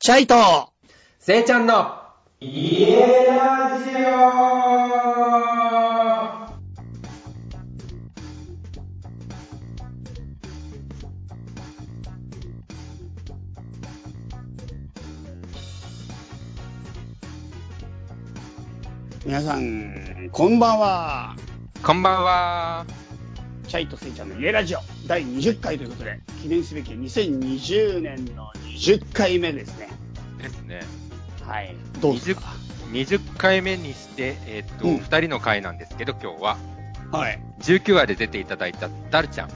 シャイトせいちゃんの、家ラジオ皆さん、こんばんは。こんばんは。シャイトせいちゃんの家ラジオ第20回ということで、記念すべき2020年の20回目ですね。ですね。はい。どうですか20回目にして、えっと、うん二人の回なんですけど、今日は、はい。 19話で出ていただいたダルちゃん。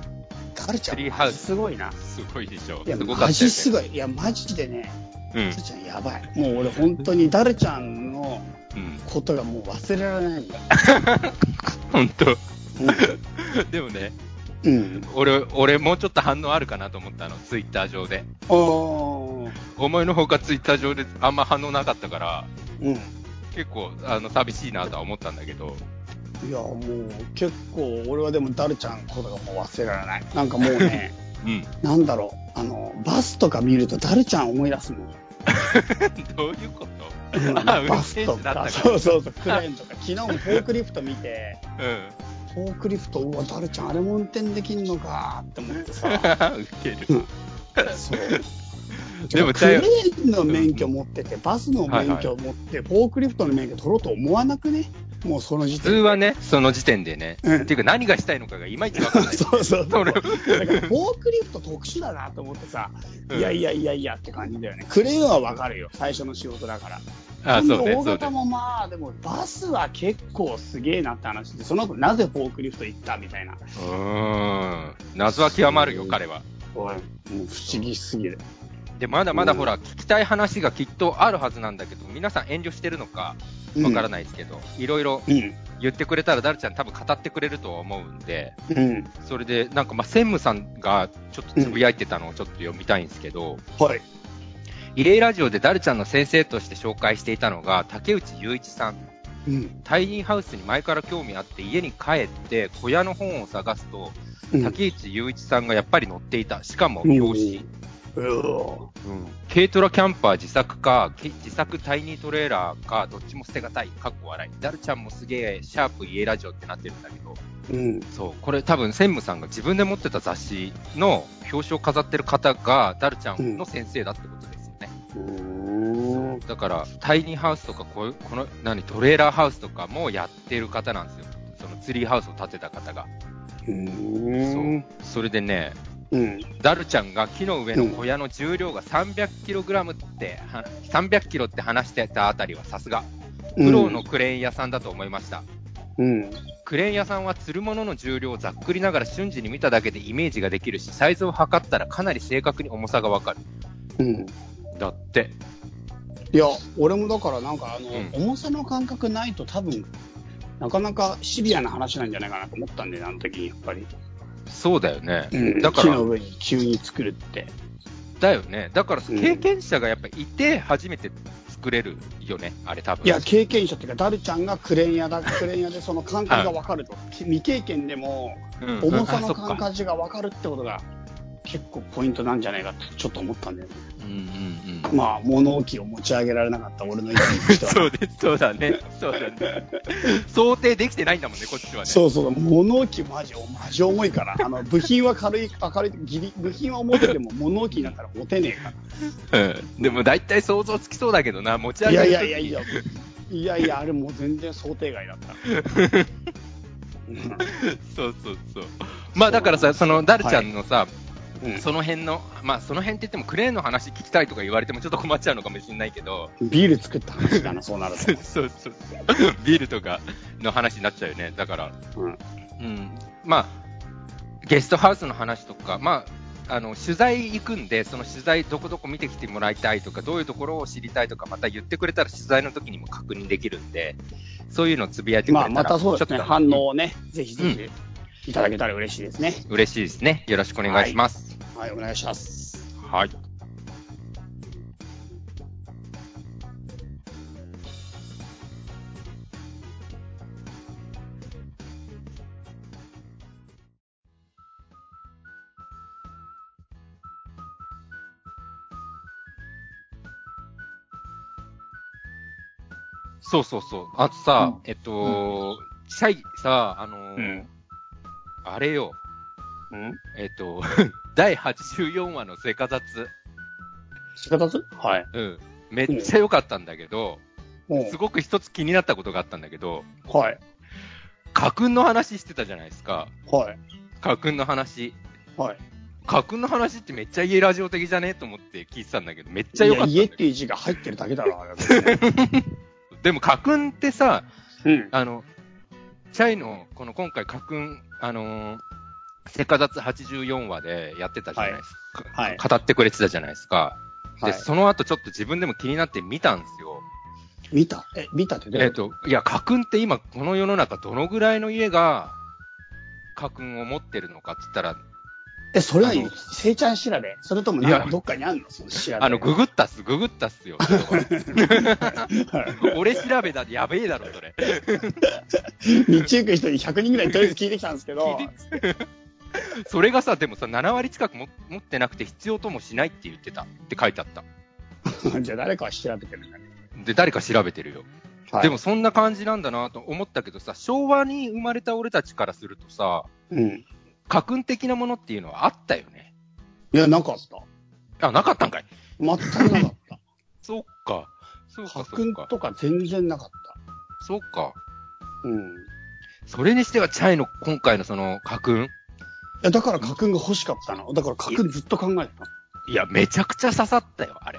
ダルちゃん、ツリーハウスマジすごいな。すごいでしょ。いや、すごかったよねマジすごい。いや、マジでね、うん。ダルちゃんやばい。もう俺本当にダルちゃんのうん。ことがもう忘れられないんだ。 本当。 でもね、うん。うん。俺、俺もうちょっと反応あるかなと思ったの、ツイッター上で。おー。思いのほかツイッター上であんま反応なかったから、うん。結構、あの、寂しいなとは思ったんだけど。いや、もう結構俺はでもダルちゃんのことがもう忘れられない。なんかもうね、うん。なんだろう、あの、バスとか見るとダルちゃん思い出すもん。 どういうこと あ、運バス転手とだか、ったそかうそうそう、クレーンとか、昨日もフォークリフト見て、ら。フォークリフト、うわ、ダルちゃんあれも運転できんのかって思ってさ、 うん。受ける。そう。でもクレだよーンの免許持ってて、バスの免許持って、フォークリフトの免許取ろうと思わなくねもうその時普通点で。はね、その時点でね。うんっていうか何がしたいのかがいまいちわかんない。そうそうそ。そうれだからフォークリフト特殊だなと思ってさ、うんいやいやいやいやって感じだよね。クレーンはわかるよ、最初の仕事だから。 あ、 そう大ね、そうね型。もまあ、でもバスは結構すげえなって話で、その後なぜフォークリフト行ったみたいな。うーん。謎は極まるよ、彼は。おいもう不思議すぎる。で、まだまだうんほら、聞きたい話がきっとあるはずなんだけど、皆さん遠慮してるのか、わからなないですけど、いろいろい。うん。言ってくれたら、ダルちゃん多分語ってくれると思うんで、うん。それで、なんか、まあ、専務さんがちょっとつぶやいてたのをちょっと読みたいんですけど、はい。異例ラジオでダルちゃんの先生として紹介していたのが、竹内雄一さん。うん。タイニーハウスに前から興味あって、家に帰って小屋の本を探すと、うん竹内雄一さんがやっぱり載っていた。しかも、表紙。うおうん軽トラキャンパー自作か、け自作タイニートレーラーか、どっちも捨てがたい。かっこ笑い。ダルちゃんもすげえ、シャープ家ラジオってなってるんだけど、うん。そう、これ多分専務さんが自分で持ってた雑誌の表紙を飾ってる方が、ダルちゃんの先生だってことですよね。うん。だから、タイニーハウスとかこういう、この、何、トレーラーハウスとかもやってる方なんですよ。そのツリーハウスを建てた方が。うん。それでね、うん。ダルちゃんが木の上の小屋の重量が 300kg って、は300キロって話してたあたりはさすが。プロのクレーン屋さんだと思いました。うん。クレーン屋さんは釣るものの重量をざっくりながら瞬時に見ただけでイメージができるし、サイズを測ったらかなり正確に重さがわかる。うん。だって。いや、俺もだから、なんか、あの、うん重さの感覚ないと、多分なかなかシビアな話なんじゃないかなと思ったんで、あの時にやっぱり。そうだよね。うん、だか木らの、上に急に作るって。だよね。だから、うん経験者がやっぱいて、初めて作れるよね、あれ多分。いや、経験者っていうか、ダルちゃんがクレーン屋だ、クレーン屋でその感覚が分かると。き未経験でも、うん、重さあのそっか感覚が分かるってことが、結構ポイントなんじゃないかって、ちょっと思ったんだよね。うんうんうん。まあ、物置を持ち上げられなかった俺の意見としては。 そうです、そうだね。そうだね。想定できてないんだもんね、こっちはね。そうそう、物置マジ、マジ重いから、あの部品は軽い、明るい、ギリ、部品は重くても物置になったら持てねえかうん。でも大体想像つきそうだけどな、持ちら。上いげやるい時やいやいや、いやいや、あれもう全然想定外だった。 うんそうそうそう。まあだからさ、その、ダルちゃんのさ、うんその辺の、まあその辺って言ってもクレーンの話聞きたいとか言われてもちょっと困っちゃうのかもしれないけど、ビール作った話だな、 そうなる そうそうそう。ビールとかの話になっちゃうよね。だから、と。うんうん、まあ、ゲストハウスの話とか、まあ、あの取材行くんで、その取材、どこどこ見てきてもらいたいとか、どういうところを知りたいとか、また言ってくれたら取材の時にも確認できるんで、そういうのつぶやいてくまれたあ、ら、またそうですね、ちょっと反応をね、ぜひぜひいただけたら嬉しいですね。嬉しいですね。よろしくお願いします。はい、お願いします。はい。そうそうそう。あとさ、えっと、最近さ、あのーうんあれよ、うんえっと、 第84話のセカザツ。仕方ずはい。うん。めっちゃ良かったんだけど、もすごく一つ気になったことがあったんだけど、う、はい。家訓の話してたじゃないですか。はい。家訓の話。はい。家訓の話ってめっちゃ家ラジオ的じゃねと思って聞いてたんだけど、めっちゃ良かったんいやだ家っけていう字が入ってるだけだろ、あれは 別にど。でも家訓ってさ、うん。あの、チャイの、この今回、家訓、あのー、セカザツ84話でやってたじゃないですか。はい語ってくれてたじゃないですか。はいで、その後ちょっと自分でも気になって見たんですよ。見たえ、見たってどうえいっ、、うこといや、家訓って今、この世の中、どのぐらいの家が、家訓を持ってるのかって言ったら、え、それはあのせいちゃん調べそれともなんいかやどっかにあんのその調べ。あの、ググったっす、ググったっすよ。それは 俺調べだ、やべえだろ、それ。道行く人に100人ぐらいとりあえず聞いてきたんですけど 聞、それがさ、でもさ、7割近くも持ってなくて必要ともしないって言ってたって書いてあった。じゃあ誰かは調べてるんだね。で、誰か調べてるよ。はい でも、そんな感じなんだなと思ったけどさ、昭和に生まれた俺たちからするとさ、うん。家訓的なものっていうのはあったよね。いや、なかった。あ、なかったんかい。全 くなかった。そっか。そうか、家そっ訓か。とか全然なかっそうか。た。うん。いそれにしては、チャイの今回のその家訓、や、だから家訓が欲しかったの。だから家訓ずっと考えてた。いや、めちゃくちゃ刺さったよ、あれ。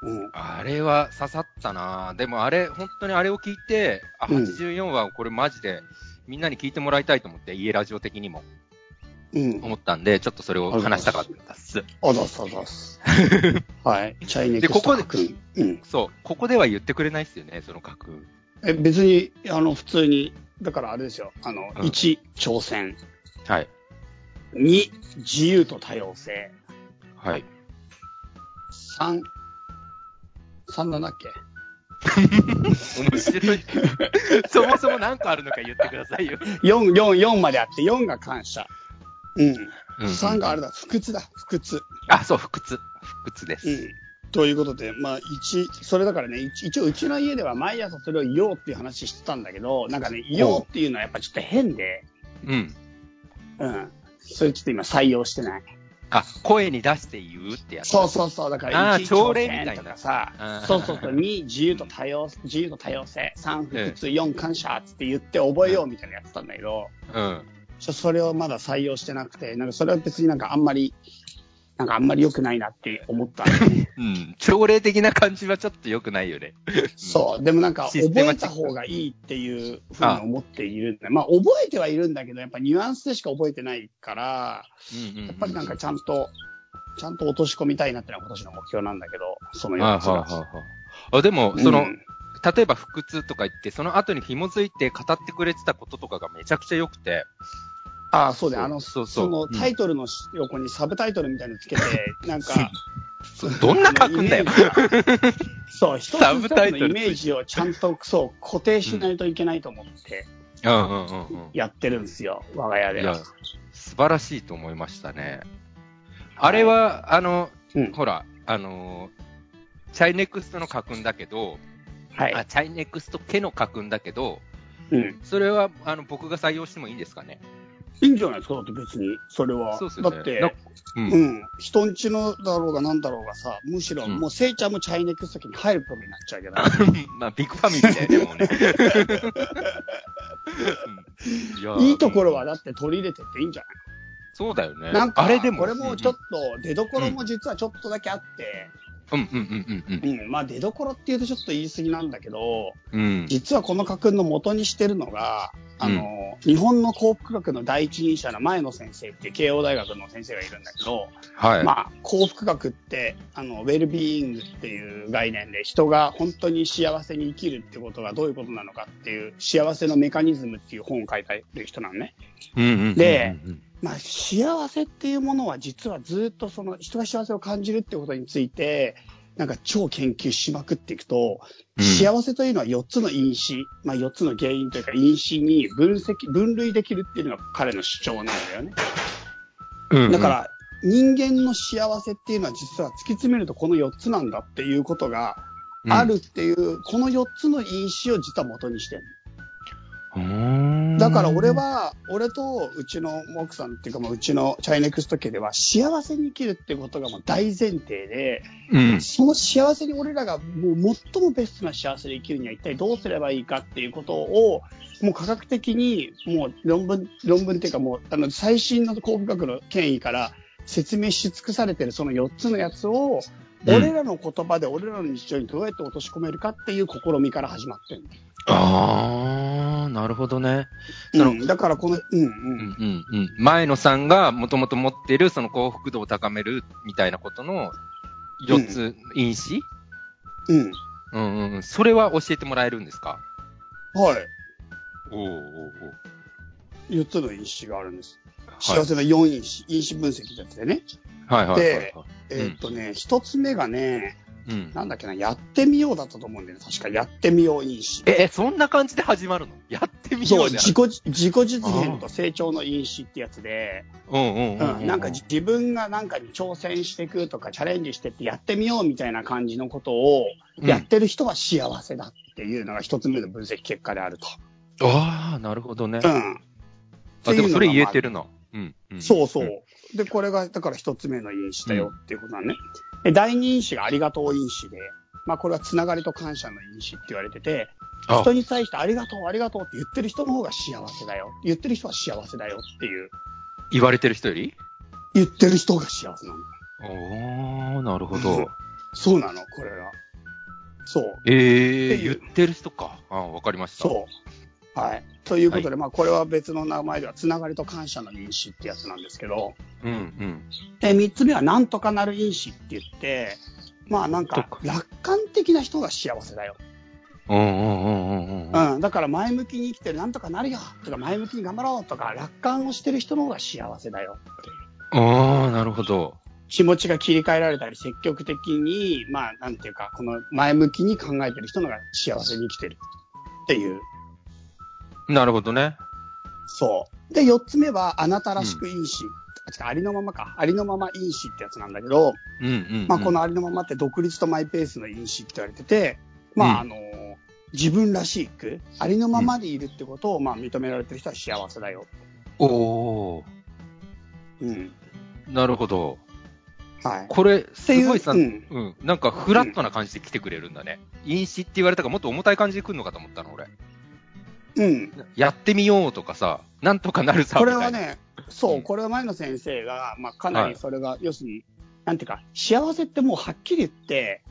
うん。あれは刺さったなぁでもあれ、本当にあれを聞いて、あ、うん84話、これマジで、みんなに聞いてもらいたいと思って、家ラジオ的にもうん。思ったんで、ちょっとそれを話したかったっす。あざすあざ す。はい。チャイネクでこストこで家訓。うん。そう、ここでは言ってくれないっすよね、その格。え、別に、あの、普通に、だからあれですよ。あの、うん1、挑戦。はい。 2、自由と多様性。はい。 3、3なんだっけ面白 い。そもそも何個あるのか言ってくださいよ。 ?4、4、4まであって、4が感謝。うん。3がある。れだ、不屈だ、不屈。あ、そう、不屈。不屈でうす。ん。ということで、まあ、一、それだからね、一一応、うちの家では毎朝それを言おうっていう話してたんだけど、なんかね、言おうっていうのはやっぱちょっと変で、うん。うん。それちょっと今採用してない。あ、声に出して言うってやつ。そうそうそう、だから、あー一朝礼みたいなとかさあ、ーそうそうそう、2、自由と多様、 自由と多様性、3、不屈、4、感謝つって言って覚えようみたいなやってたんだけど、うん。ちょそれをまだ採用してなくて、なんかそれは別になんかあんまり、なんかあんまり良くないなって思ったんだよね。うん。朝礼的な感じはちょっと良くないよね。そう、でもなんかシ覚ステマえチックた方がいいっていうふうに思っているんで、まあ覚えてはいるんだけど、やっぱニュアンスでしか覚えてないから、うんうんうんやっぱりなんかちゃんと、ちゃんと落とし込みたいなってのは今年の目標なんだけど、そのあ4はつあはが。あはああでも、そうの、ん例えば、腹痛とか言って、その後に紐づいて語ってくれてたこととかがめちゃくちゃ良くて、ああ、そうね、そうあの、そそうそうのうんタイトルの横にサブタイトルみたいなの つけて、なんか、そどんな書くんだよ。あのイメージがそう、一つサブタイ一つトのルイメージをちゃんとそう固定しないといけないと思ってうんうんうんうん。やってるんですよ、我が家いでやは。、素晴らしいと思いましたね。あれは、あの、うんほら、あのー、チャイネクストの家訓だけど、はい。あ、チャイネクスト家の家訓だけど、うんそれは、あの、僕が採用してもいいんですかね。いいんじゃないですかだって別に、それは。そうですよね。だってな、うん。うん、人んちのだろうがなんだろうがさ、むしろうんもうせいちゃんもチャイネックス先に入ることになっちゃうけど、まあ、ビッグファミリーだよね、もうね。うんやいいところはだって取り入れてっていいんじゃそうだよね。ないなんか、あれでも。これもちょっと。と、出どころも実はちょっとだけあって、うんうんうんうん、まあ出どころっていうとちょっと言い過ぎなんだけど、うんうん。うん。実はこの家訓の元にしてるのが、あの、日本の幸福学の第一人者の前野先生っていう慶応大学の先生がいるんだけど、はい。まあ、幸福学ってあのウェルビーイングっていう概念で人が本当に幸せに生きるってことがどういうことなのかっていう幸せのメカニズムっていう本を書いてる人なのね、うんうんうんうん、でまあ、幸せっていうものは実はずっとその人が幸せを感じるってことについてなんか超研究しまくっていくと、うん幸せというのは4つの因子、まあ、4つの原因というか因子に分析分類できるっていうのが彼の主張なんだよね。うんうんだか、ら人間の幸せっていうのは実は突き詰めるとこの4つなんだっていうことがうんあるっていう、この4つの因子を実は元にしてる。うんだから俺、は、俺とうちの奥さんっていうか、まあうちのチャイネクスト家では、幸せに生きるってことがもう大前提で、うん、その幸せに俺らがもう最もベストな幸せで生きるには一体どうすればいいかっていうことを、もう科学的に、もう論文、論文っていうかもう、あの、最新の考古学の権威から説明し尽くされてるその4つのやつを、うん俺らの言葉で俺らの日常にどうやって落とし込めるかっていう試みから始まってる。ああ、なるほどね。そのうん、だからこの、うんう。うんんうんうん、前野さんがもともと持ってるその幸福度を高めるみたいなことの4つ因子、うん。うんうんうん、それは教えてもらえるんですかはい。おお4つの因子があるんです。幸せの4因子、因子分析だってね。はいはいはいはい、はいでえーっとね、1つ目がね、うんなんだっけな、やってみようだったと思うんだよね。確か、やってみよう因子。え、えそんな感じで始まるのやってみよそうう、じゃ自己、自己実現と成長の因子ってやつで、うんうんううんうんん、なんか自分がなんかに挑戦していくとか、チャレンジしてってやってみようみたいな感じのことを、うんやってる人は幸せだっていうのが一つ目の分析結果であると。ああ、なるほどね。うん。あでもそれ言えてる。るな。うんうん、そうそんう。で、これが、だから一つ目の因子だよっていうことだね。で第二因子がありがとう因子で、まあこれはつながりと感謝の因子って言われてて、あ人に対してありがとう、ありがとうって言ってる人の方が幸せだよ。言ってる人は幸せだよっていう。言われてる人より言ってる人が幸せなの。おおなるほど。そうなの、これは。そう。ええってい言うってる人か。あわかりました。そう。はい。ということで、まあこれは別の名前では、つながりと感謝の因子ってやつなんですけど、う。うんうん。で、三つ目はなんとかなる因子って言って、まあなんなんかとか楽観的な人が幸せだよ。うんうんうんうんうんうん。うん、だから前向きに生きてる、なんとかなるよとか、前向きに頑張ろうとか、楽観をしてる人の方が幸せだよっていう。ああ、なるほど。気持ちが切り替えられたり、積極的に、まあ、なんていうか、この前向きに考えてる人のが幸せに生きてるっていう、なるほどね。そう。で、四つ目は、あなたらしく因子。あ違うありのままか。ありのまま因子ってやつなんだけど、うんうん、うん。まあ、このありのままって独立とマイペースの因子って言われてて、まあ、あうの自分らしく、ありのままでいるってことを、まあ、認められてる人は幸せだよ。おおうん。なるほど。はい。これ、すごいさ、ってういんう、なんかフラットな感じで来てくれるんだね。因子って言われたからもっと重たい感じで来るのかと思ったの、俺。うん。やってみようとかさ、なんとかなるさ、これみたはいな。ね、うそんう、これは前の先生が、まあ、かなはいりそれが、要するに、なんていうか、幸せってもうはっきり言って、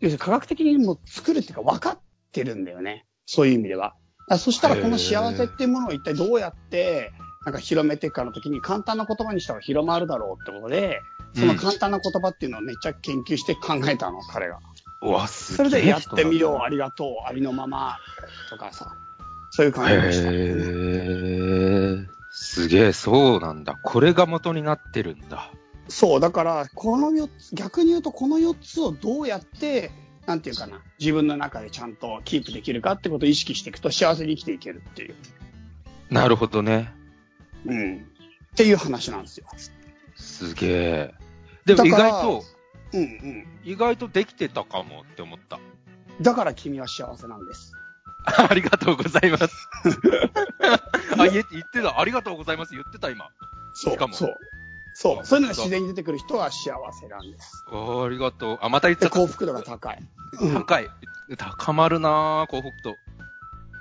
要するに科学的にもう作るっていうか分かってるんだよね。そういう意味では。だそしたらこの幸せっていうものを一体どうやって、なんか広めていくかの時に簡単な言葉にしたら広まるだろうってことで、その簡単な言葉っていうのをめっちゃ研究して考えたの、彼が。うわ、すそれでやってみよう、う。ありがとう、ありのままとかさ、そういう感じでした。へえ。すげえ、そうなんだ。これが元になってるんだ。そう、だから、この4つ、逆に言うと、この4つをどうやって、なんていうかな、自分の中でちゃんとキープできるかってことを意識していくと、幸せに生きていけるっていう、なるほどね。うん、っていう話なんですよ。すげえ。でも意外と、うんうん。意外とできてたかもって思った。 だから君は幸せなんです。ありがとうござい ます。あ、言え言ってた。ありがとうございます。言ってた、今。そうしかもそう。そう。そういうのが自然に出てくる人は幸せなんです。あありがとう。あ、また言っで、ちゃった。幸福度が高い。うん、高い。高まるなぁ、幸福と。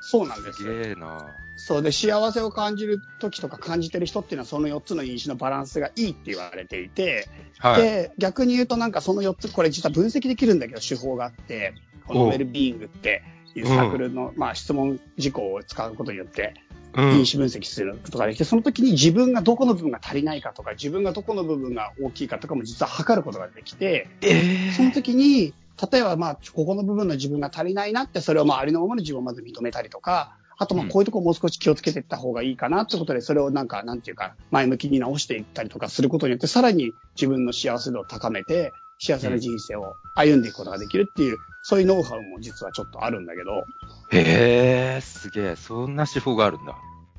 そうなんですすよ。げえなぁ。そうで、幸せを感じる時とか感じてる人っていうのは、その4つの因子のバランスがいいって言われていて、はい。で逆に言うとなんかその4つこれ実は分析できるんだけど手法があってこおのうウェルビーイングっていうサークルの、まあ、質問事項を使うことによってうん因子分析することができて、その時に自分がどこの部分が足りないかとか自分がどこの部分が大きいかとかも実は測ることができてえその時に例えばまあここの部分の自分が足りないなってそれをまあありのままの自分をまず認めたりとかあとまあこういうとこもう少し気をつけていった方がいいかなってことでそれをなんかなんていうか前向きに直していったりとかすることによってさらに自分の幸せ度を高めて幸せな人生を歩んでいくことができるっていうそういうノウハウも実はちょっとあるんだけどー、えー、すげえ。そんな手法があるんだ。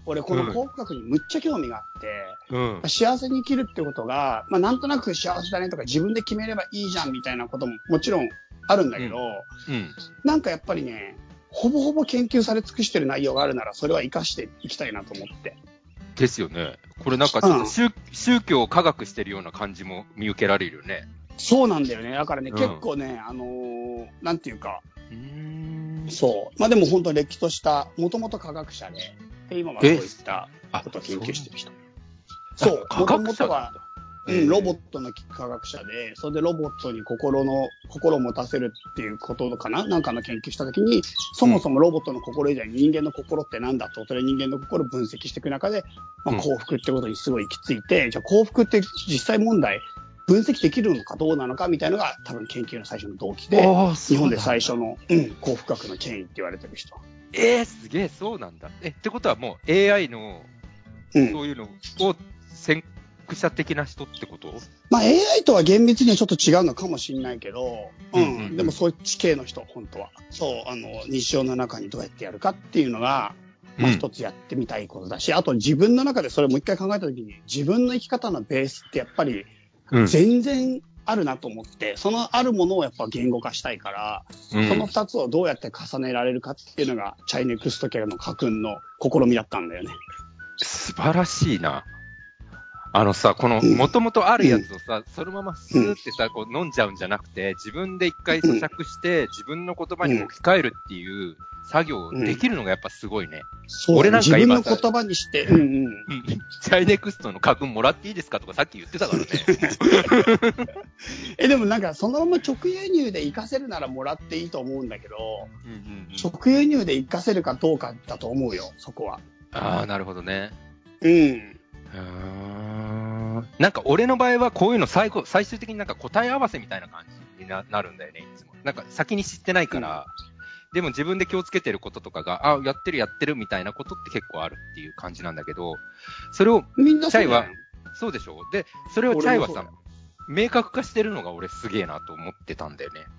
俺この幸福学にむっちゃ興味があって。うん。幸せに生きるってことが、まあ、なんとなく幸せだねとか自分で決めればいいじゃんみたいなことももちろんあるんだけど、うん。なんかやっぱりね、ほぼほぼ研究され尽くしてる内容があるなら、それは活かしていきたいなと思って。ですよね。これなんかちょっと宗,、宗教を科学してるような感じも見受けられるよね。そうなんだよね。だからね、うん結構ね、あのーなんていうか、うんそう。まあでも本当れっきとした、もともと科学者で、で今はこうえいったあことを研究してる人。そそうう。あもと科も学と者はなんだ、うん、ロボット。トの科学者で、それでロボットに心の、心を持たせるっていうことかななんかの研究したときに、そもそもロボットの心以外に人間の心ってなんだと、それ人間の心を分析していく中で、まあ、うん幸福ってことにすごい行き着いて、じゃあ幸福って実際問題、分析できるのかどうなのかみたいなのが多分研究の最初の動機で、ああ、日本で最初。初の、うん、幸福学の権威って言われてる人。えー、すげえ、そうなんだ。え、ってことはもう AI の、うんそういうのを先駆者的な人ってことまあ AI とは厳密にはちょっと違うのかもしれないけど、ううんんうんうんでもそういう地形の人、本当は。そう、あの、日常の中にどうやってやるかっていうのが、まあうん一つやってみたいことだし、あと自分の中でそれもう一回考えたときに、自分の生き方のベースってやっぱりうん全然あるなと思って、そのあるものをやっぱ言語化したいから、うんその二つをどうやって重ねられるかっていうのが、チャイネクスト系の家訓の試みだったんだよね。素晴らしいな。あのさ、この、うんもともとあるやつをさ、そのまますーってさ、こう飲んじゃうんじゃなくて、自分で一回咀嚼して、自分の言葉に置き換えるっていう作業をできるのがやっぱすごいね。そう俺なんか自今分の言葉にして、うんうん。うん。チャイネクストの家訓もらっていいですかとかさっき言って たからね。えでもなんかそのまま直輸入で活かせるならもらっていいと思うんだけど、うんうんうん直輸入で活かせるかどうかだと思うよそこはああ、なるほどね。うんうーんなんか俺の場合はこういうの最後最終的になんか答え合わせみたいな感じにななるんだよね、いつも。なんか先に知ってないから、でも自分で気をつけてることとかが、あやってるやってるみたいなことって結構あるっていう感じなんだけど、それを、みんなそうだよチャイはそうでしょで、それをチャイは俺さも、明確化してるのが俺すげえなと思ってたんだよね。うん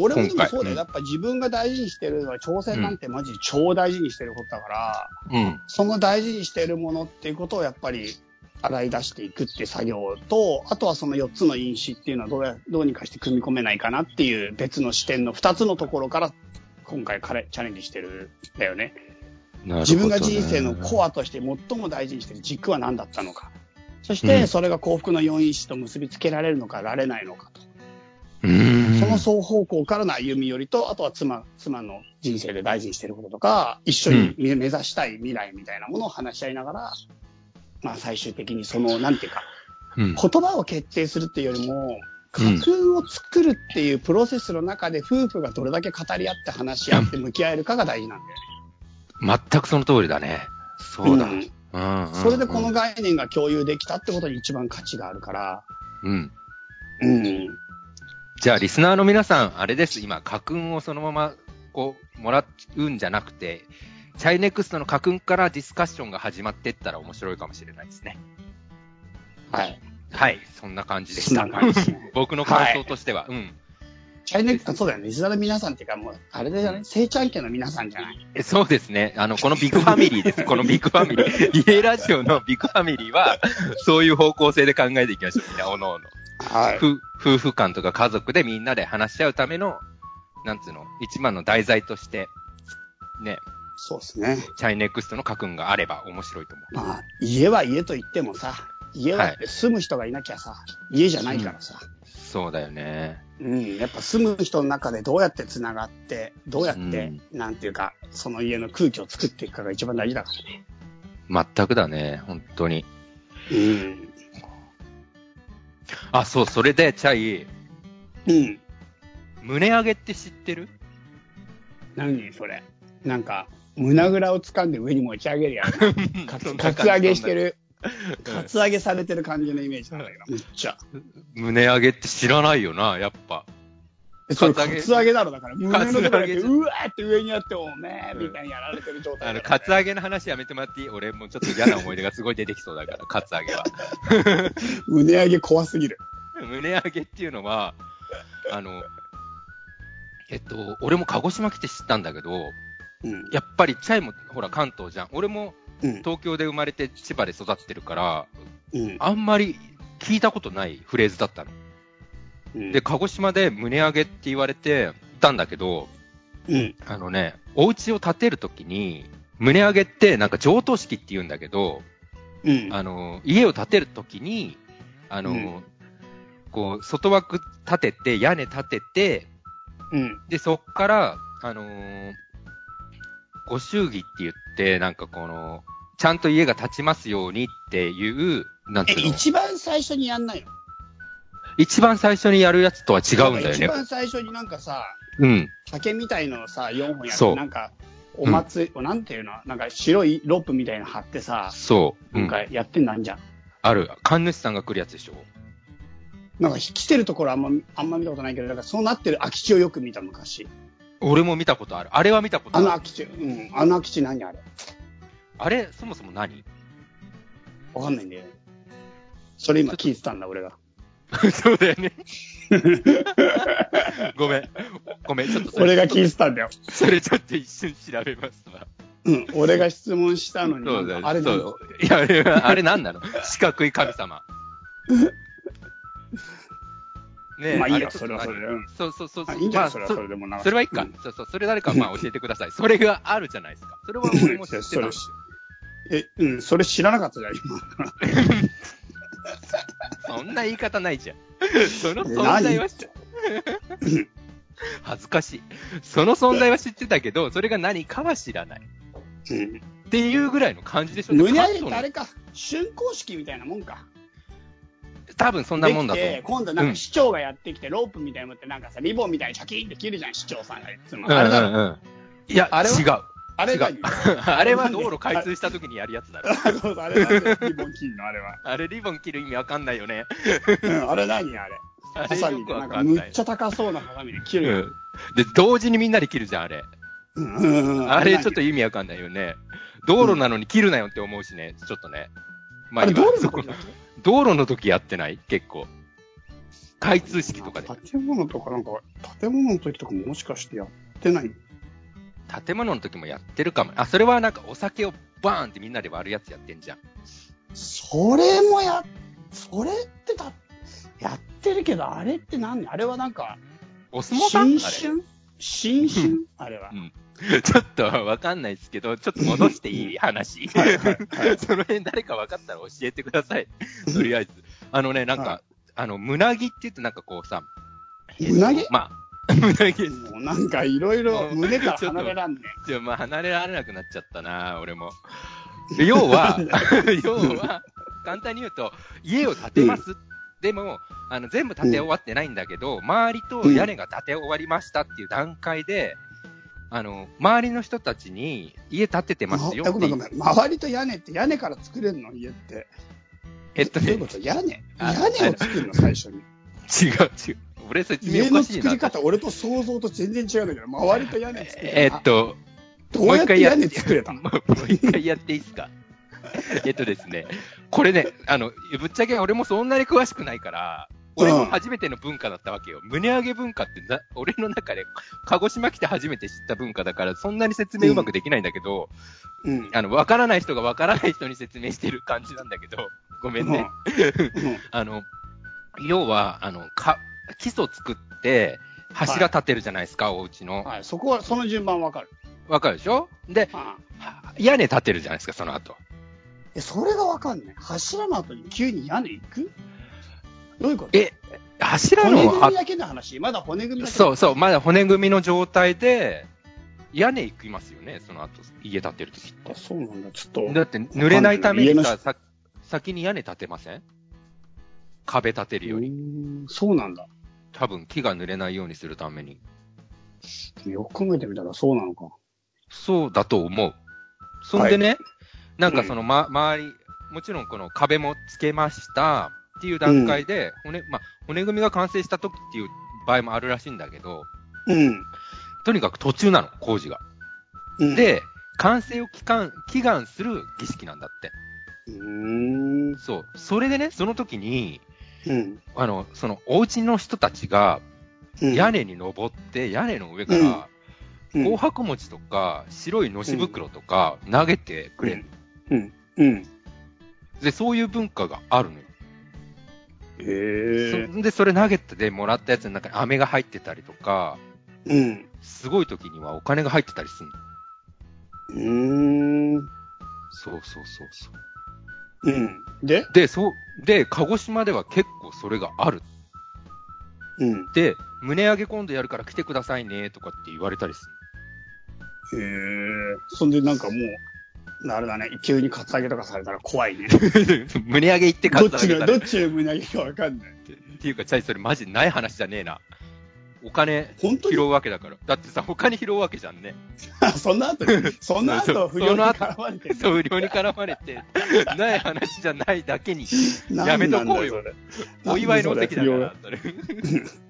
俺もで今も回そうだよ、うんやっぱ自分が大事にしてるのは挑戦なんてマジ超大事にしてることだから、うん。その大事にしてるものっていうことをやっぱり洗い出していくっていう作業とあとはその4つの因子っていうのはどうやどうにかして組み込めないかなっていう別の視点の2つのところから今回彼チャレンジしてるんだよね自分が人生のコアとして最も大事にしている軸は何だったのかそしうてんそれが幸福の要因子と結びつけられるのかられないのかと、うんその双方向からの歩み寄りとあとは妻妻の人生で大事にしていることとか一緒に目目指したい未来みたいなものを話し合いながら、まあ、最終的にそのなんていうかう言ん葉を決定するっていうよりもうん架空を作るっていうプロセスの中で夫婦がどれだけ語り合って話し合って向き合えるかが大事なんだよね。全くその通りだね。そうだ。んうんうんそれでこの概念が共有できたってことに一番価値があるから。うん。うん。じゃあ、リスナーの皆さん、あれです。今、家訓をそのまま、こう、もらうんじゃなくて、チャイネクストの家訓からディスカッションが始まっていったら面白いかもしれないですね。はい。はい。そんな感じでしそたんな。感じですね。僕の感想としては、うん。チャイネックそうだよね。リスナーの皆さんっていうか、もう、あれだよね。せいちゃん家の皆さんじゃない。えそうですね。あの、このビッグファミリーです。このビッグファミリー。家ラジオのビッグファミリーは、そういう方向性で考えていきましょう。みんな、おのおの。は。夫夫婦間とか家族でみんなで話し合うための、なんつうの、一番の題材として、ね、そうですね。チャイネクストの家訓があれば面白いと思う。まあ、家は家と言ってもさ、家ははい住む人がいなきゃさ、家じゃないからさ。そうだよね。うん。やっぱ住む人の中でどうやって繋がって、どうやって、なんていうか、その家の空気を作っていくかが一番大事だからね。全くだね、本当に。うん。あ、そう、それで、チャイ、うん。胸上げって知ってる何それ。なんか、胸ぐらを掴んで上に持ち上げるやつ。カツカツ上げして。る、カツ上げされてる感じのイメージなんだけど、めっちゃ。胸上げって知らないよな、やっぱ。えそれカカツ上げツ上げだろ、だから、胸のとこだけ、カツ上げじゃうわーって上にやって、おめえうんみたいにやられてる状あ態の、だカツからね上げの話やめてもらっていい俺もうちょっと嫌な思い出がすごい出てきそうだから、カツ上げは。胸上げ怖すぎる。胸上げっていうのは、あの、えっと、俺も鹿児島来て知ったんだけど、うん。やっぱりチャイもほら関東じゃん。俺もうん。東京で生まれて千葉で育ってるから、うん。あんまり聞いたことないフレーズだったの。うんで、鹿児島で胸上げって言われてたんだけど、うん。あのね、お家を建てるときに、胸上げってなんか上等式って言うんだけど、うん。あの、家を建てるときに、あの、うんこう、外枠建てて、屋根建てて、うん。で、そっから、あのーご祝儀って言って、なんかこの、ちゃんと家が建ちますようにっていう、なんてえ、いうの一番最初にやんないの一番最初にやるやつとは違うんだよ一ね。番最初になんかさ、うん。竹みたいのをさ、4本やっそて、うなんか、お祭り、なんていうのなんか白いロープみたいなの張ってさ、そう。うなんん。かやってんなんじゃん。ある。神主さんが来るやつでしょ。なんか来てるところあんま、あんま見たことないけど、なんかそうなってる空き地をよく見た昔。俺も見たことある。あれは見たことああのる。空き地、うん。あの空き地何あれあれ、そもそも何 わかんないんだよね。それ今聞いてたんだ、俺が。そうだよ ね。ごめん。ごめん。ちょっとそれ俺が聞いてたんだよ。それちょっと一瞬調べますわ。うん。俺が質問したのに、そうだよあれそだういや、あれあれなんなの四角い神 様。ねえまあいいれよちょそっとれはそれでうんそうそうそう。あいいんじゃないそまれあはそれでもな。それはいいかうん。そうそう。それ誰か、まあ教えてください。それがあるじゃないですか。それは 俺も知ってたんですよ。え、うん、それ知らなかったじゃん、今。そんな言い方な いじゃん。その存在は知って。恥ずかしい。その存在は知ってたけど、それが何かは知らない。うんっていうぐらいの感じでしょ。胸上げってあ関れか、竣工式みたいなもんか。東の多分そんなもんだとでき思て今う。度なんうかん市長がやってきて、ロープみたいなの持って、なんかさ、リボンみたいにシャキーンって切るじゃん、市長さんがいつも。あれだろ、うんうんうんいや、あれは違う。あれだ違う あれは道路開通した時にやるやつだ ろ。そうそう、あれだリボン切るの、あれは。あれリボン切る意味わかんないよね。うん、あれ何あれ。あハれサよミくで、なわんかかんむなっいち。ゃ高そうなハサミで切うるよ。ん、で、同時にみんなで切るじゃん、あれ。うんうんうんあれちょっとと、意味わかんないよね。道路なのに切るなよって思うしね、ちょっとね。まあれ今道路のそこことだっけ道路の時やってない結構。開通式とかで。建物とかなんか、建物の時とかももしかしてやってない建物の時もやってるかも。あ、それはなんかお酒をバーンってみんなで割るやつやってんじゃん。それもや、それってだ、やってるけど、あれって何あれはなんか、お相撲さ新んあれ。春新春あれは。 ちょっとわかんないですけど、ちょっと戻していい話。 その辺誰か分かったら教えてく ださい。とりあえず。あのね、なんか、はあの、胸ぎって言ってなんかこうさ、胸毛えっとまあ、 胸ぎもうなんかいろいろ胸から離れらんねじゃまあ離れられなくなっちゃったな、俺も。で要 は、要は、簡単に言うと、家を建てます。でも、あの、全部建て終わってないんだけど、周りと屋根が建て終わりましたっていう段階で、あの、周りの人たちに、家建ててまますよえっごてめ言んいごめん。周りと屋根って屋根から作れるの家って。えっとどういねう、こと屋根あ屋根を作るの最初に。違う違う。俺説明家おかのしい作なり。方、俺と想像と全然違うんだけど、周りと屋根作るの。えーっと、どうやって屋根作れたの もうもう一回やっていいですか えっとですね、これね、あの、ぶっちゃけ俺もそんなに詳しくないから、俺も初めての文化だったわけよ。胸上げ文化ってな、俺の中で、鹿児島来て初めて知った文化だから、そんなに説明うまくできないんだけど、うん。あの、わからない人がわからない人に説明してる感じなんだけど、 ごめんね。うんあの、要は、あの、か、基礎作って、柱立てるじゃないですか、お家うんの。はい、そこは、その順番わかる。わかるでしょで、ああ屋根立てるじゃないですか、その後。え、それがわかんない。柱の後に急に屋根行くどういうことえ、柱骨組のみあ、だけの話。まだ骨組みだけそうそう、まだ骨組みの状態で、屋根行きますよね、その後、家建てるときってあ。そうなんだ。ちょっと。だって、濡れないために家のさ、さ先に屋根建てません壁建てるようり。ーんそうなんだ。多分、木が濡れないようにするために。よく考えてみたらそうなのか。そうだと思う。そんでね、なんかその、ま、周り、もちろんこの壁もつけましたっていう段階で、骨、まあ、骨組みが完成した時っていう場合もあるらしいんだけど、うん。とにかく途中なの、工事が。うん、で、完成を祈願祈願する儀式なんだって。うーん。そう。それでね、その時に、うん。あの、その、お家の人たちが、うん屋根に登って、屋根の上から、うん紅白餅とか、白いのし袋とか、投げてくれる、うん。で、そういう文化があるのよ。へえ。そで、それナゲットでもらったやつの中に飴が入ってたりとか、うん。すごい時にはお金が入ってたりするの。うーん。そうそうそうそう。うん。でで、そう、で、鹿児島では結構それがあるうん。って、胸上げ今度やるから来てくださいねとかって言われたりする。へえ。そんでなんかもう、あれだね、急にカツアゲとかされたら怖い ね。 胸上げ行ってど買っったちが、らどっちが胸上げかわか んない。っていうか、チャイそれマジない話じゃねえな。お金本当に拾うわけだから。だってさ、お金拾うわけじゃんね。 そんな後に、 そんな後不良に絡まれてる。そう、不良に絡まれて、ない話じゃない だけに、やめとこうよ。なんだよそれお祝いの席だかなんら、それ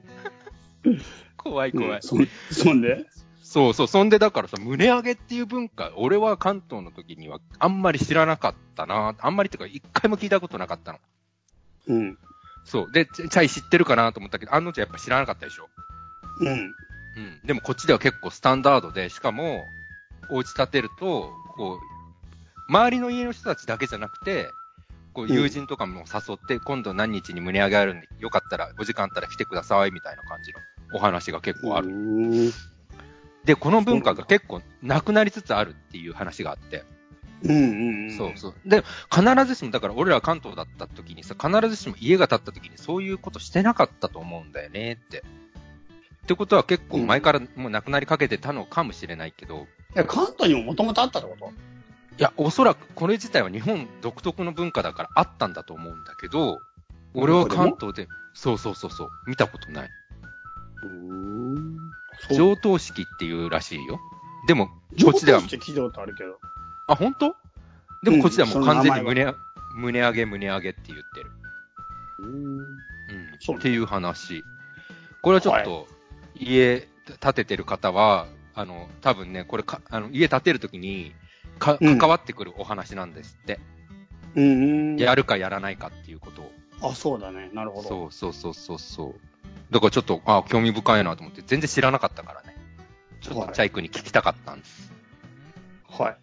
怖い怖い。それうんそそんでそうそう、そんでだからさ、胸上げっていう文化、俺は関東の時にはあんまり知らなかったな、あんまりっていうか、一回も聞いたことなかったの。うん。そう。で、チャイ知ってるかなと思ったけど、案の定やっぱ知らなかったでしょ。うん。うん。でもこっちでは結構スタンダードで、しかも、お家建てると、こう、周りの家の人たちだけじゃなくて、こう、うん友人とかも誘って、今度何日に胸上げあるんで、よかったら、お時間あったら来てください、みたいな感じのお話が結構ある。うん。で、この文化が結構なくなりつつあるっていう話があって。うんうん。そうそう。で、必ずしも、だから俺ら関東だった時にさ、必ずしも家が建った時にそういうことしてなかったと思うんだよねって。ってことは結構前からもうなくなりかけてたのかもしれないけど、いや、関東にももともとあったってこといや、おそらくこれ自体は日本独特の文化だからあったんだと思うんだけど、俺は関東で、そうそうそうそう、見たことない。うん。上等式っていうらしいよ。でも、こ上っちでは等、って聞いたことあるけど。あ、本当でもこっちではもう完全にうんその胸、胸上げ胸上げって言ってる。うん。う、そうんっねていう話。これはちょっと、家建ててる方は、あの、多分ね、これか、あの、家建てるときに、か、うん関わってくるお話なんですって。うんうん。やるかやらないかっていうことを。あ、そうだね。なるほど。そうそうそうそうそう。だからちょっと、あ興味深いなと思って、全然知らなかったからね。ちょっはといチャイ君に聞きたかったんです。は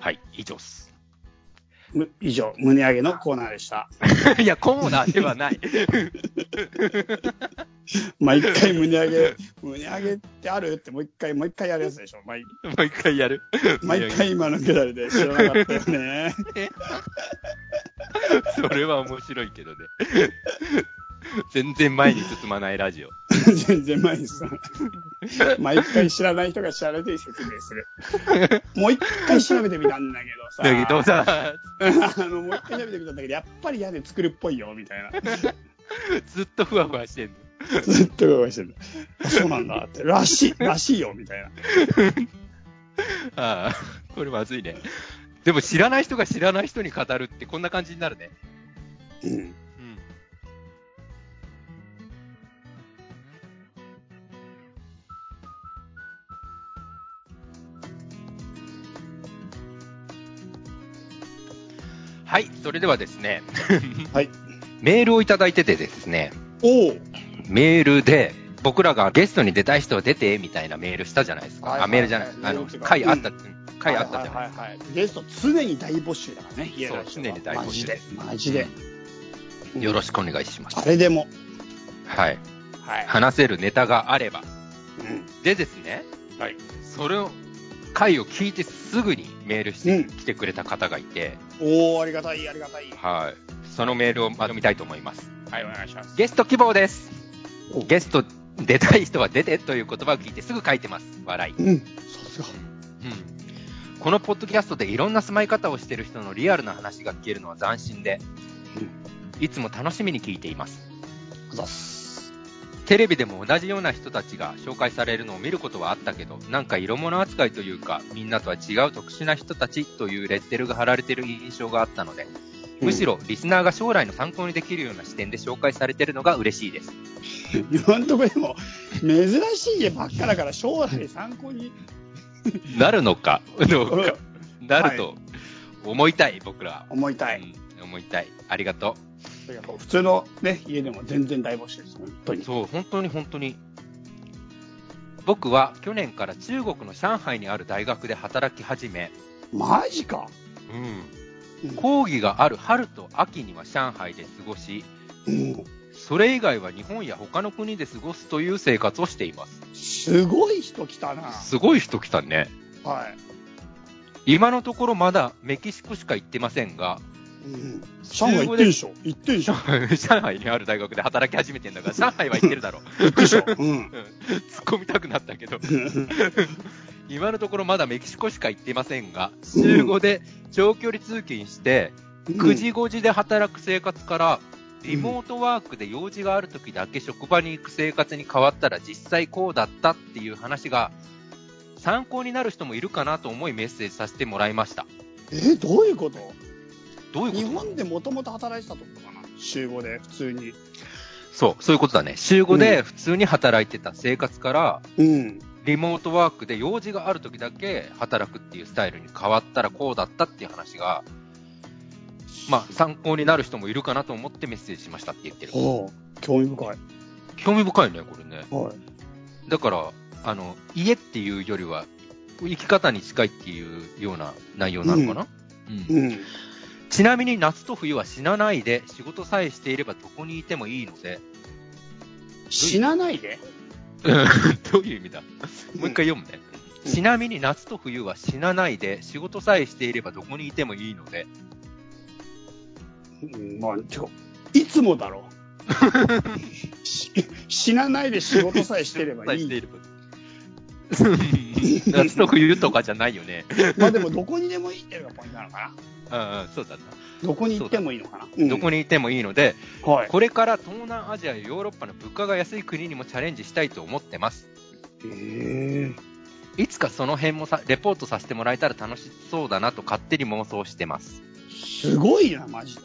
はい、以上っす。 い。む以上、胸上げのコーナーでした。いや、コーナーではない。 毎回胸上 げ、胸上げってあるってもう一回、もう一回やるやつでしょ。毎毎回やる。毎回今のくだりで知らなかったよね。 それは面白いけどね。全然前に進まないラジオ。全然前にさ、毎回知らない人が知らないで説明する。もう一回調べてみたんだけどさ、だけどさ、 あのもう一回調べてみたんだけど、やっぱり屋根作るっぽいよ、みたいな。ずっとふわふわしてんの。ずっと動かしてる。あそうなんだって、らしい、らしいよ、みたいな。ああ、これまずいね。でも知らない人が知らない人に語るってこんな感じになるね。うん。うん。はい、それではですね、はい。メールをいただいててですね、おおメールで、僕らがゲストに出たい人は出てみたいなメールしたじゃないですか。はいはいはいあ、メールじゃない。あメーのル違う、回あった、回あったじゃないですか。はいはいはいはい。ゲスト常に大募集だからね、家のそう常に大募マ集でジすで、マジで。よろしくお願いします。あれでも。はい。はい。話せるネタがあれば。うでですね、ん。はい。それを、回を聞いてすぐにメールして、うん来てくれた方がいて、おおありがたい、ありがたい。はい。そのメールをまとめたいと思います。はい、お願いします。ゲスト希望ですお。ゲスト出たい人は出てという言葉を聞いてすぐ書いてます。笑い。うん。さすが。うんこのポッドキャストでいろんな住まい方をしている人のリアルな話が聞けるのは斬新で、いつも楽しみに聞いています。あざっす。テレビでも同じような人たちが紹介されるのを見ることはあったけど、なんか色物扱いというか、みんなとは違う特殊な人たちというレッテルが貼られている印象があったので、むしろリスナーが将来の参考にできるような視点で紹介されているのが嬉しいです。今んとこでも、珍しい家ばっかだから、将来参考に。 なるの か、どううかん、なると思いたい、僕ら。思いたい。うん思いたい。ありがとありがとう普通のね、家でも全然大募集です、本当う。に。そう、本当に本当に。僕は去年から中国の上海にある大学で働き始め、マジか。うんうん講義がある春と秋には上海で過ごし、うん。それ以外は日本や他の国で過ごすという生活をしています。すごい人来たな。すごい人来たね。はい。今のところまだメキシコしか行ってませ んが、うん。上海行ってんでしょ行ってんでしょ上海にある大学で働き始めてんだから、上海は行ってるだろ う。行ってんでしょ うん。突っ込みたくなったけど、今のところまだメキシコしか行っていませんが、週5で長距離通勤して、9時5時で働く生活から、リモートワークで用事がある時だけ職場に行く生活に変わったら実際こうだったっていう話が、参考になる人もいるかなと思いメッセージさせてもらいました。え、どういうことどういうこ日となの本でもともと働いてたってことかな週5で普通に。そう、そういうことだね。週5で普通に働いてた生活から、うん。リモートワークで用事がある時だけ働くっていうスタイルに変わったらこうだったっていう話が、まあ、参考になる人もいるかなと思ってメッセージしましたって言ってる。おう興味深い。興味深いね、これね。はい。だから、あの、家っていうよりは、生き方に近いっていうような内容なのかな、うんうん。ちなみに夏と冬は死なないで、仕事さえしていればどこにいてもいいので、 死なないで。どういう意味だもう一回読むね。うんちなみに夏と冬は死なないで、仕事さえしていればどこにいてもいいので、うんまあ、ちょ、いつもだ ろ。し死なないで仕事さえしてれ ばいい。夏と冬とかじゃないよね。まあでも、どこにでもいいっていうのがポイントなのかな。うんうん、そうだな。どこに行ってもいいのかな。どこににいてもいいので、はい。これから東南アジアやヨーロッパの物価が安い国にもチャレンジしたいと思ってます。へいつかその辺もさレポートさせてもらえたら楽しそうだなと勝手に妄想してます。え。すごいな、マジで。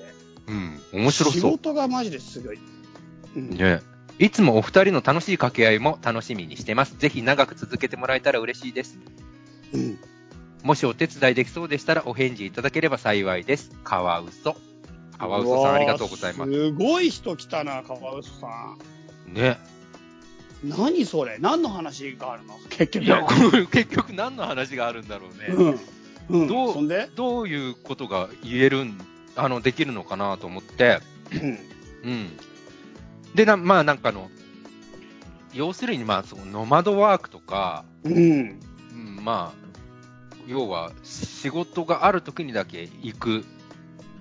うん、面白仕そう。事がマジですごい。うんね、いつもお二人の楽しい掛け合いも楽しみにしてます。ぜひ長く続けてもらえたら嬉しいです。うんもしお手伝いできそうでしたらお返事いただければ幸いです。カワウソ。カワウソさんありがとうございますわ。あすごい人来たな、カワウソさん。ね。何それ何の話があるの結局。いや、これ結局何の話があるんだろうね。うん。うん。どうそんでどういうことが言えるん、あの、できるのかなと思って。うん。うん。で、な、まあなんかあの、要するにまあ、そのノマドワークとか、うん。うん、まあ、要は仕事がある時にだけ行く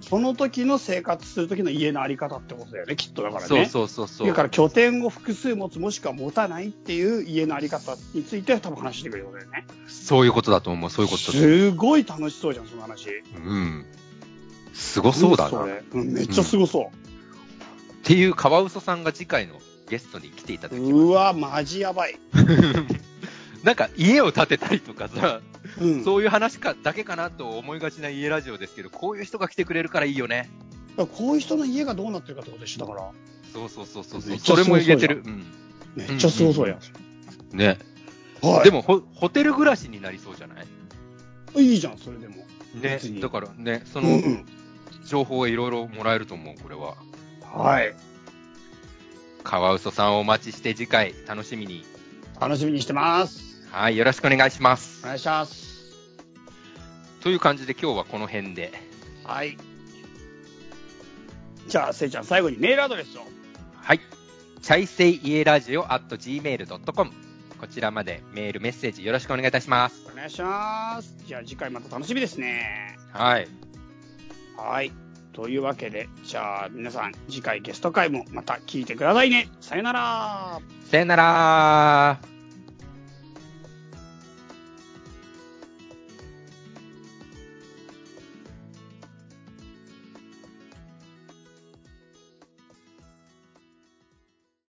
その時の生活する時の家のあり方ってことだよね、きっとだからね。そうそうそうそう。だから拠点を複数持つ、もしくは持たないっていう家のあり方について多分話してくれることだよね。そういうことだと思う、そういうことだと思う。すごい楽しそうじゃん、その話。うん。すごそうだな。何っれうん、めっちゃすごそていうカワウソさんが次回のゲストに来ていただう。きうまわ、マジやばい。す。 なんか家を建てたりとかさ、うん。そういう話かだけかなと思いがちな家ラジオですけど、こういう人が来てくれるからいいよね。だからこういう人の家がどうなってるかってことでしょ、だから。そうそうそうそう。そめっちゃれも言えてする。うん。めっちゃすごそうやん。ね。はい。でもホ、ホテル暮らしになりそうじゃないいいじゃん、それでも。ね別。にだからね、そうんのうん情報をいろいろもらえると思う、これは。はい。カワウソさんをお待ちして次回楽しみに。楽しみにしてます。はい、よろしくお願いしますお。願いします。という感じで今日はこの辺で。はい。じゃあ、せいちゃん、最後にメールアドレスを。はい。チャイセイイエラジオ at gmail.com。こちらまでメール、メッセージよろしくお願いいたします。お願いします。じゃあ、次回また楽しみですね。はい。はい。というわけで、じゃあ、皆さん、次回ゲスト回もまた聞いてくださいね。さよなら。さよならー。